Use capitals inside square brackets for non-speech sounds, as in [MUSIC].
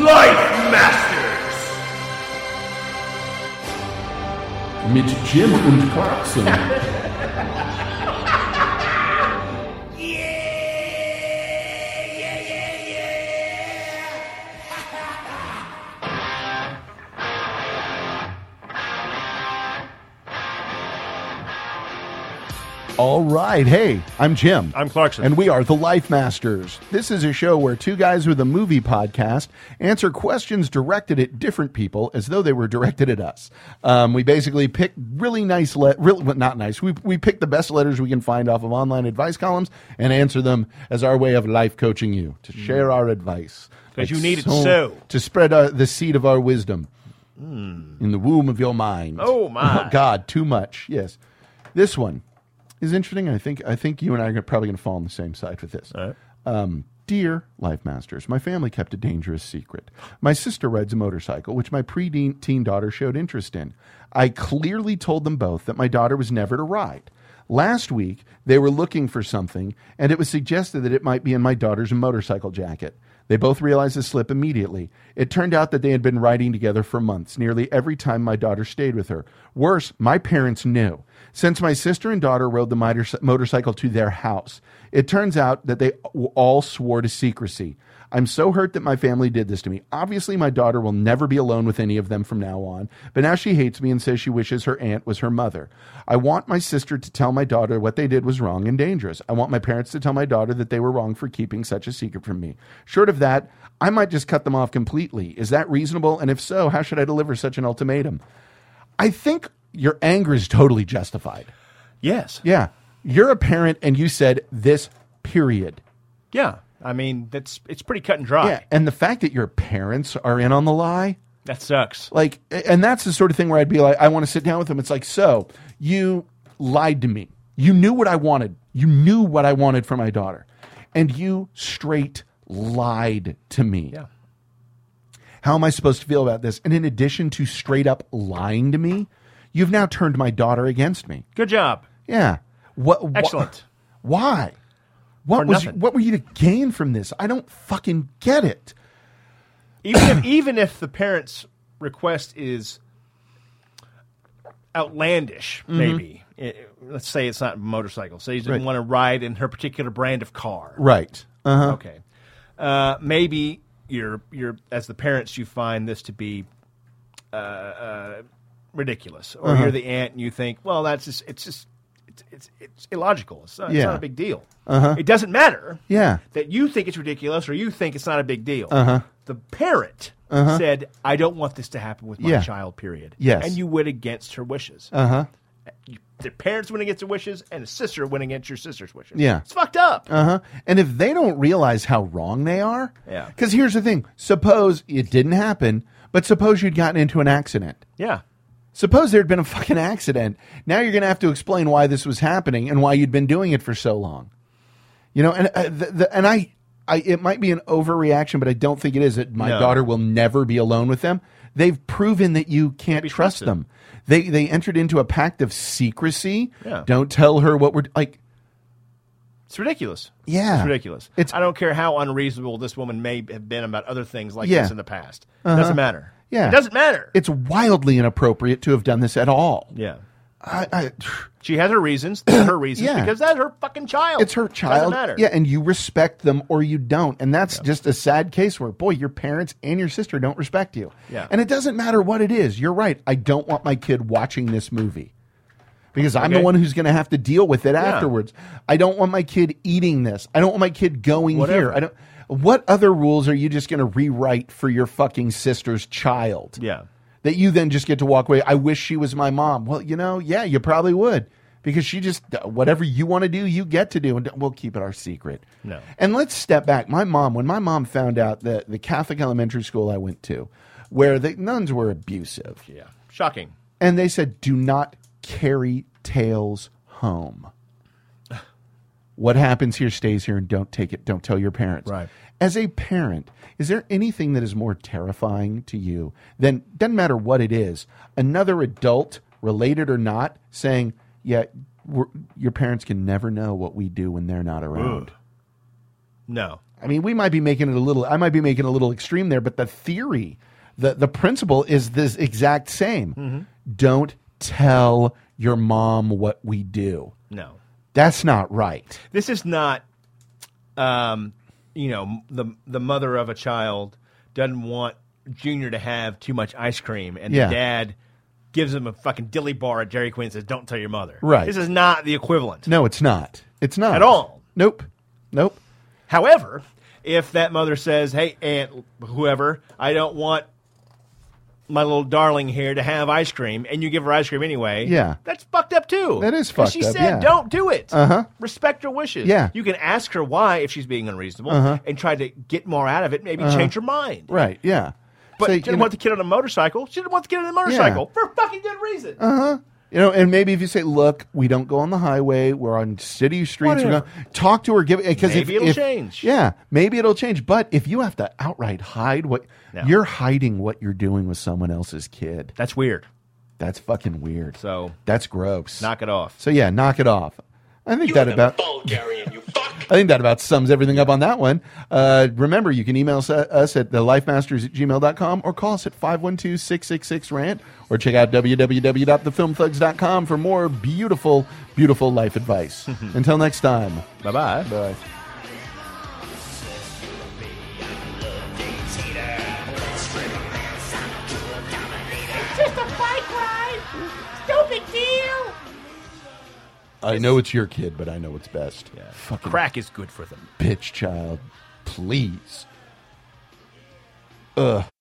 Life Masters! Mit Jim und Clarkson. All right. Hey, [LAUGHS] I'm Jim. I'm Clarkson. And we are the Life Masters. This is a show where two guys with a movie podcast answer questions directed at different people as though they were directed at us. Um, we basically pick really nice, le- real, well, not nice. We, we pick the best letters we can find off of online advice columns and answer them as our way of life coaching you to share our advice. 'Cause Mm. you need it so. To spread uh, the seed of our wisdom in the womb of your mind. Oh, my. God, too much. Yes, this one is interesting. I think I think you and I are probably going to fall on the same side with this. Um, dear Life Masters, my family kept a dangerous secret. My sister rides a motorcycle, which my pre-teen daughter showed interest in. I clearly told them both that my daughter was never to ride. Last week, they were looking for something, and it was suggested that it might be in my daughter's motorcycle jacket. They both realized the slip immediately. It turned out that they had been riding together for months, nearly every time my daughter stayed with her. Worse, my parents knew. Since my sister and daughter rode the miter- motorcycle to their house, it turns out that they w- all swore to secrecy. I'm so hurt that my family did this to me. Obviously, my daughter will never be alone with any of them from now on, but now she hates me and says she wishes her aunt was her mother. I want my sister to tell my daughter what they did was wrong and dangerous. I want my parents to tell my daughter that they were wrong for keeping such a secret from me. Short of that, I might just cut them off completely. Is that reasonable? And if so, how should I deliver such an ultimatum? I think your anger is totally justified. yes. Yeah. You're a parent and you said this, period. Yeah. I mean, that's it's pretty cut and dry. Yeah, and the fact that your parents are in on the lie, That sucks. like, and that's the sort of thing where I'd be like, I want to sit down with them. It's like, so you lied to me. You knew what I wanted. You knew what I wanted for my daughter, and you straight lied to me. Yeah. How am I supposed to feel about this? And in addition to straight up lying to me, you've now turned my daughter against me. Good job. Yeah. What? wh- Excellent. why? What For was? nothing. What were you to gain from this? I don't fucking get it. Even [COUGHS] if, even if the parents' request is outlandish, maybe. It- let's say it's not motorcycle. Say he didn't Mm-hmm. Right. want to ride in her particular brand of car. Right. Uh huh. Okay. Uh, maybe you're you're as the parents you find this to be uh, uh, ridiculous, or Uh-huh. you're the aunt and you think, well, that's just it's just it's it's, it's illogical. It's not, it's Yeah. Uh-huh. not a big deal. It doesn't matter. Yeah. That you think it's ridiculous or you think it's not a big deal. Uh-huh. The parent said, "I don't want this to happen with my Yeah. child." Period. Yes. Uh-huh. And you went against her wishes. Uh huh. The parents went against her wishes, and the sister went against your sister's wishes. Yeah. It's fucked up. Uh huh. And if they don't realize how wrong they are, Yeah. Because here's the thing: suppose it didn't happen, but suppose you'd gotten into an accident. yeah. Suppose there'd been a fucking accident. Now you're going to have to explain why this was happening and why you'd been doing it for so long. You know, and uh, the, the, and I, I, it might be an overreaction, but I don't think it is. That my No. daughter will never be alone with them. They've proven that you can't be trust trusted. them. They they entered into a pact of secrecy. Yeah. Don't tell her what we're like. It's ridiculous. Yeah. It's ridiculous. It's- I don't care how unreasonable this woman may have been about other things like Yeah. Uh-huh. this in the past. Doesn't matter. Yeah. It doesn't matter. It's wildly inappropriate to have done this at all. yeah. I, I, She has her [CLEARS THROAT] reasons. They're her reasons Yeah. because that's her fucking child. it's her Doesn't child. matter. Yeah, and you respect them or you don't. And that's just a sad case where, boy, your parents and your sister don't respect you. Yeah. And it doesn't matter what it is. You're right. I don't want my kid watching this movie because I'm the Okay. one who's going to have to deal with it afterwards. I don't want my kid eating this. I don't want my kid going here. Whatever. I don't. What other rules are you just going to rewrite for your fucking sister's child? Yeah. that you then just get to walk away. I wish she was my mom. Well, you know, yeah, you probably would because she just uh, whatever you want to do, you get to do, and we'll keep it our secret. No. And let's step back. My mom, when my mom found out that the Catholic elementary school I went to, where the nuns were abusive, Yeah. Shocking. and they said, "Do not carry tales home." What happens here stays here, and don't take it. Don't tell your parents. Right. As a parent, is there anything that is more terrifying to you than doesn't matter what it is, another adult, related or not, saying, "Yeah, we're, your parents can never know what we do when they're not around." No. I mean, we might be making it a little. I might be making it a little extreme there, but the theory, the the principle is this exact same. Mm-hmm. Don't tell your mom what we do. No. That's not right. this is not um, you know m- the the mother of a child doesn't want junior to have too much ice cream and Yeah. the dad gives him a fucking dilly bar at dairy queen and says don't tell your mother Right. this is not the equivalent No, it's not. It's not At all. Nope. Nope. however if that mother says hey aunt whoever i don't want my little darling here to have ice cream and you give her ice cream anyway Yeah. that's fucked up too That is 'Cause she fucked up, said yeah. don't do it uh-huh respect her wishes Yeah. Uh-huh. you can ask her why if she's being unreasonable and try to get more out of it maybe change her mind Right. Yeah. but So, she you didn't know- want the kid on a motorcycle she didn't want the kid on a motorcycle for fucking good reason Uh-huh. You know, and maybe if you say, "Look, we don't go on the highway. We're on city streets. We're Whatever. gonna talk to her. Give because Maybe it'll change. Yeah, maybe it'll change. But if you have to outright hide what No. you're hiding, what you're doing with someone else's kid, that's weird that's fucking weird. so that's gross. knock it off so yeah, knock it off. I think You that live in about. Bulgarian, you fuck. I think that about sums everything up on that one. Uh, remember, you can email us, us at thelifemasters at gmail.com or call us at 512 666 RANT or check out www.thefilmthugs.com for more beautiful, beautiful life advice. Until next time. bye-bye Bye. Just a bike ride. Stupid deal. I know it's your kid, but I know what's best. Fucking crack is good for them bitch child. Please.